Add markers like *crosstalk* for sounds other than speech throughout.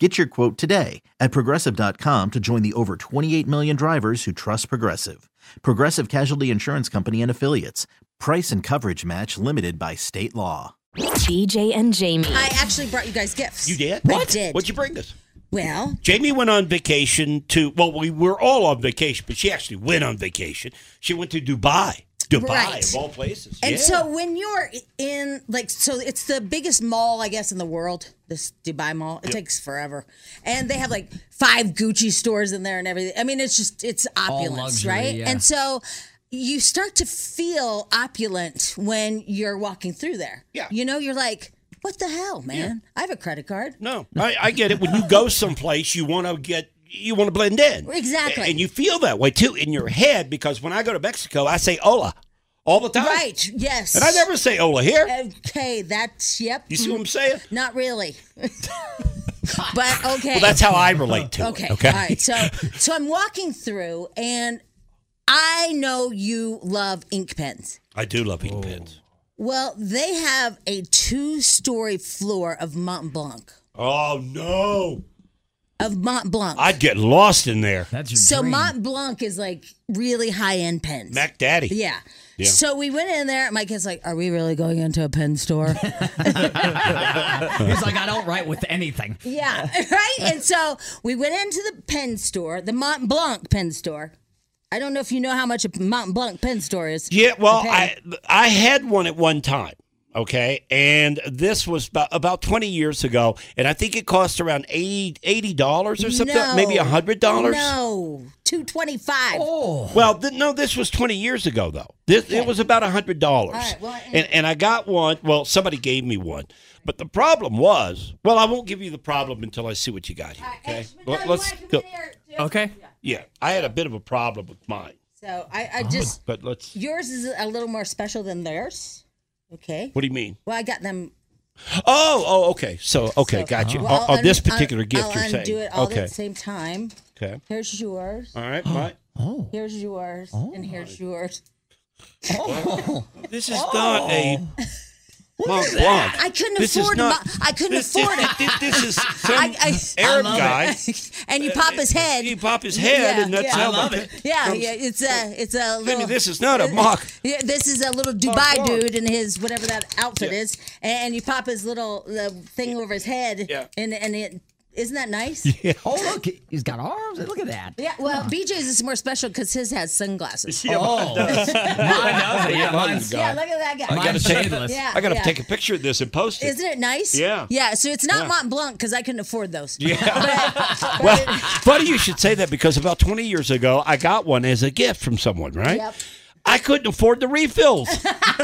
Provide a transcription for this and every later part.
Get your quote today at progressive.com to join the over 28 million drivers who trust Progressive. Progressive Casualty Insurance Company and Affiliates. Price and coverage match limited by state law. BJ and Jamie. I actually brought you guys gifts. You did? I did. What'd you bring us? Well, Jamie went on vacation to, well, we were all on vacation, but she actually went on vacation. She went to Dubai. Dubai, Right. of all places. and yeah. so when you're in, like, so it's the biggest mall, I guess, in the world, this Dubai mall. It takes forever. And they have like five Gucci stores in there and everything. I mean, it's just, it's opulence, luxury, right? yeah. And so you start to feel opulent when you're walking through there. Yeah. You know, you're like, what the hell, man? I have a credit card. No, I, I get it. When you go someplace, you want to get, you want to blend in. Exactly. And you feel that way too in your head because when I go to Mexico, I say hola all the time. Right. Yes. And I never say hola here. Okay, that's, yep. You see what I'm saying? Not really. *laughs* but okay. *laughs* Well, that's how I relate to Okay. it. Okay. All right. So so I'm walking through and I know you love ink pens. I do love eating pins. Well, they have a two-story floor of Mont Blanc. Oh, no. Of Mont Blanc. I'd get lost in there. That's your so dream. Mont Blanc is like really high-end pens. Mac Daddy. yeah. So we went in there. My kid's like, "Are we really going into a pen *laughs* store?" He's like, I don't write with anything. Yeah, *laughs* right. And so we went into the pen store, the Mont Blanc pen store. I don't know if you know how much a Mont Blanc pen store is. Yeah, well, Okay. I I had one at one time. Okay, and this was about, about twenty years ago, and I think it cost around 80 dollars or something, No. maybe hundred dollars. Oh, No, two twenty-five. Well, th- no, this was twenty years ago though. This it was about hundred dollars, right, well, and- and and I got one. Well, somebody gave me one, but the problem was, well, I won't give you the problem until I see what you got here. Okay, Let- let's go. Okay. Yeah, I had a bit of a problem with mine, So I, I just but let's. yours is a little more special than theirs. Okay. What do you mean? Well, I got them. Oh, oh, okay. So, okay, so- got you. Well, on, I'll on this un- I'll- particular gift, I'll you're undo saying. it all okay. at the same time. Okay. Here's yours. *gasps* All right. Mike. Here's yours. and here's Oh. yours. This is not a. Oh. Mont Blanc. I couldn't This is afford. not- Mo- I couldn't This, afford it. this, this is some I- I- *laughs* Arab I love guy. *laughs* Uh, and you pop his head. He pop his head, Yeah, and that's yeah. how I love much- it. Yeah, yeah, it's a it's a I little. mean, this is not a mock. Yeah, this is a little Dubai Blanc. dude in his whatever that outfit Yeah. is, and you pop his little uh, thing over his head, Yeah. and and it isn't that *laughs* nice? Oh, look, he's got arms. Look at that. Yeah, well, BJ's is more special because his has sunglasses. Oh, mine does. it. Yeah, mine's, Yeah, look at that guy. mine's shadeless. Yeah, I gotta yeah. take a picture of this and post it. Isn't it nice? Yeah. Yeah. So it's not Yeah. Mont Blanc because I couldn't afford those. *laughs* well, funny you should say that because about 20 years ago, I got one as a gift from someone, right? Yep. I couldn't afford *laughs* the refills.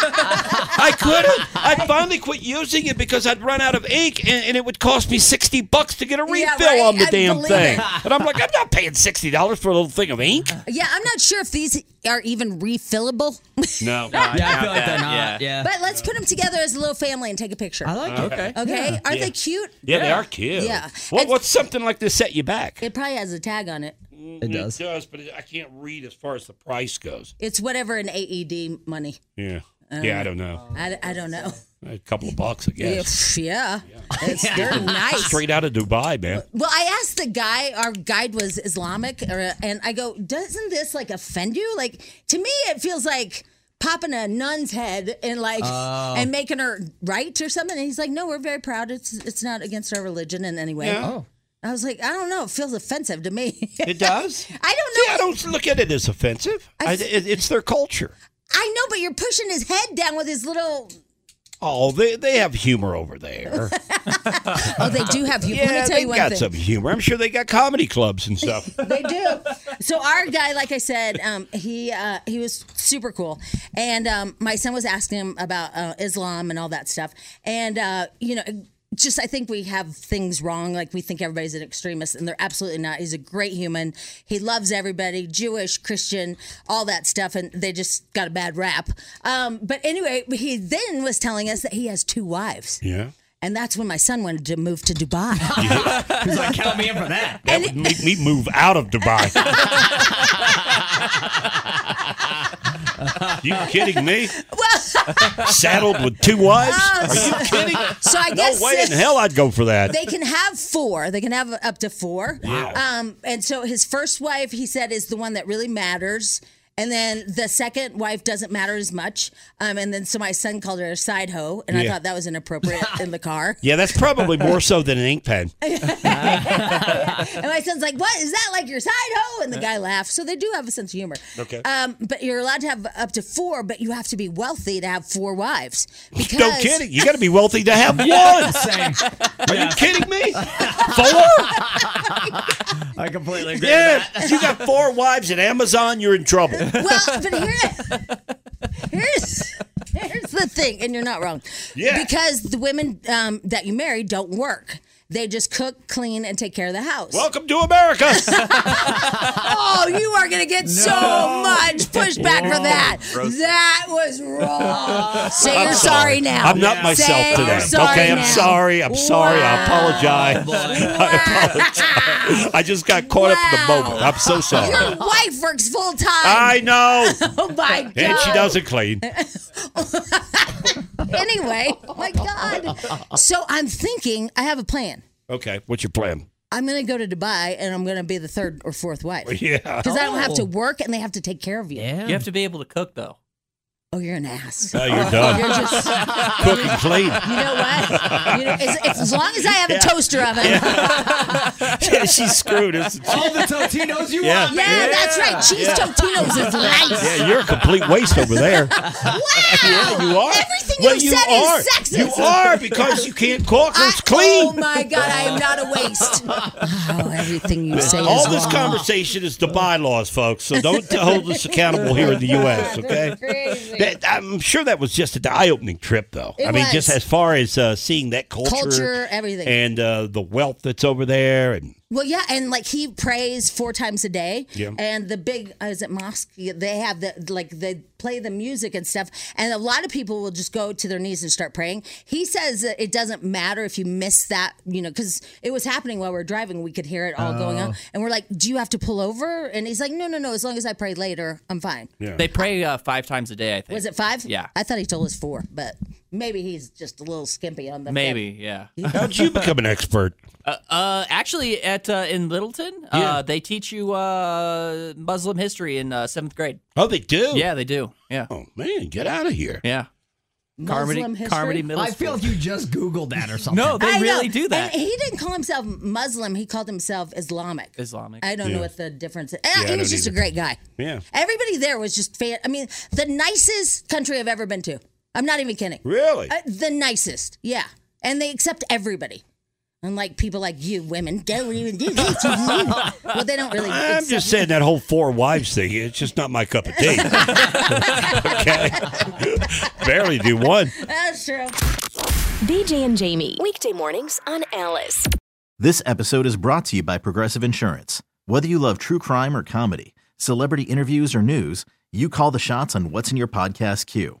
I couldn't. I finally quit using it because I'd run out of ink and, and it would cost me 60 bucks to get a refill Yeah, right. on the I damn believe thing. it. And I'm like, I'm not paying $60 for a little thing *laughs* of ink. Yeah, I'm not sure if these are even refillable, No. Yeah, I feel like they're not. Yeah. *laughs* but let's put them together as a little family and take a picture. I like it. Okay. okay, are they cute? Yeah, they are cute. Yeah. What, And- what's something like this set you back? It probably has a tag on it. It does. but I can't read as far as the price goes. It's whatever an AED money. Yeah. Yeah, I don't know. I, I don't know. A couple of bucks, I guess. Uh, Yeah. It's, *laughs* they're nice. Straight out of Dubai, man. Well, I asked the guy, our guide was Islamic, or, and I go, doesn't this like offend you? Like, to me, it feels like popping a nun's head and like Oh. and making her right or something. And he's like, no, we're very proud. It's it's not against our religion in any way. Yeah. I was like, I don't know. It feels offensive to me. *laughs* It does. I don't know. Yeah, I don't look at it as offensive. I, it, it's their culture. I know, but you're pushing his head down with his little. Oh, they they have humor *laughs* over there. Oh, they do have humor. Let yeah, me tell they you one got thing. some humor. I'm sure they got comedy clubs *laughs* and stuff. they do. So our guy, like I said, um, he uh, he was super cool, and um, my son was asking him about uh, Islam and all that stuff, and uh, you know. just I think we have things wrong. Like we think everybody's an extremist, and they're absolutely not. He's a great human. He loves everybody, Jewish, Christian, all that stuff, and they just got a bad rap. Um, but anyway, he then was telling us that he has two wives. Yeah. And that's when my son wanted to move to Dubai. He's like, count me in for that. That would make me move out of Dubai. *laughs* you kidding me? *laughs* Saddled with two wives? Oh, Are you kidding? so I No guess way in hell I'd go for that. they can have four. They can have up to four. Wow. Um, and so his first wife, he said, is the one that really matters. And then the second wife doesn't matter as much. Um, and then so my son called her a side hoe, and I Yeah. thought that was *laughs* inappropriate in the car. Yeah, that's probably more so than an ink pen. And my son's like, "What is that like your side hoe?" And the guy laughs. So they do have a sense of humor. Okay. Um, but you're allowed to have up to four, but you have to be wealthy to have four wives. Because *laughs* No kidding. You got to be wealthy to *laughs* have one. Same. *laughs* Are you kidding me? Four? I completely agree. Yeah. If you got four wives at Amazon, you're in trouble. Well, but here, here's here's the thing, and you're not wrong. Yeah. Because the women um, that you marry don't work. They just cook, clean, and take care of the house. Welcome *laughs* to America. oh, you are going to get so much pushback for that. That was *laughs* wrong. Say you're sorry now. I'm not myself Say today. You're sorry okay, I'm now. sorry. I'm sorry. I apologize. *laughs* I just got caught up in the Wow. moment. *laughs* I'm so sorry. Your wife works full time. I *laughs* know. oh my god. And she doesn't *laughs* clean. Anyway, my god. So I'm thinking I have a plan. Okay, what's your plan? I'm going to go to Dubai and I'm going to be the third or fourth wife. *laughs* *laughs* Yeah. Because I don't have to Oh. work and they have to take care of you. Yeah. You have to be able to cook, though. Oh, you're an ass. Now you're done. You're just, Cook and clean. you know what? You know, as, if- as long as I have a toaster oven. Yeah, *laughs* Yeah, she's screwed, isn't she? All the Totinos *laughs* you Yeah. want. man. that's right. Cheese Totinos is nice. Yeah, you're a complete waste *laughs* over there. Wow. You are. Everything well, you, you said are. is sexist. You are because you can't cook. I- It's clean. Oh my God, I am not a *laughs* waste. Oh, everything you say is All this wrong. conversation is the bylaws, folks. So don't hold us accountable here in the U.S. Okay. That, I'm sure that was just an eye-opening trip, though. It I mean, was. just as far as uh, seeing that culture, Culture, everything. and uh, the wealth that's over there, and Well, yeah, and like he prays four times a day. Yeah. And the big uh, is it mosque? They have the like they play the music and stuff, and a lot of people will just go to their knees and start praying. He says that it doesn't matter if you miss that, you know, because it was happening while we are driving. We could hear it all going on, and we're like, "Do you have to pull over?" And he's like, "No, no, no. As long as I pray later, I'm fine." They pray uh, five times a day, I think. Was it five? Yeah. I thought he told us four, but maybe he's just a little skimpy on the Maybe, yeah. *laughs* how'd you become an expert? Uh, actually, at uh, in Littleton, Yeah. uh, they teach you uh, Muslim history in uh, seventh grade. Oh, they do. Yeah, they do. Yeah, Oh man, get out of here. yeah. Muslim Carmody, history? Carmody Middle I feel like you just Googled that or something. *laughs* No, they I know. really do that. And he didn't call himself Muslim. He called himself Islamic. Islamic. I don't Yeah. know what the difference is. Eh, I he don't was just either. a great guy. Yeah. Everybody there was just fan. I mean, the nicest country I've ever been to. I'm not even kidding. Really? Uh, the nicest. Yeah. And they accept everybody. Unlike people like you, women, *laughs* don't even do this. well, they don't really. I'm accept- just saying that whole four wives thing. It's just not my cup of *laughs* tea. okay. Barely do one. That's true. BJ and Jamie. Weekday mornings on Alice. This episode is brought to you by Progressive Insurance. Whether you love true crime or comedy, celebrity interviews or news, you call the shots on what's in your podcast queue.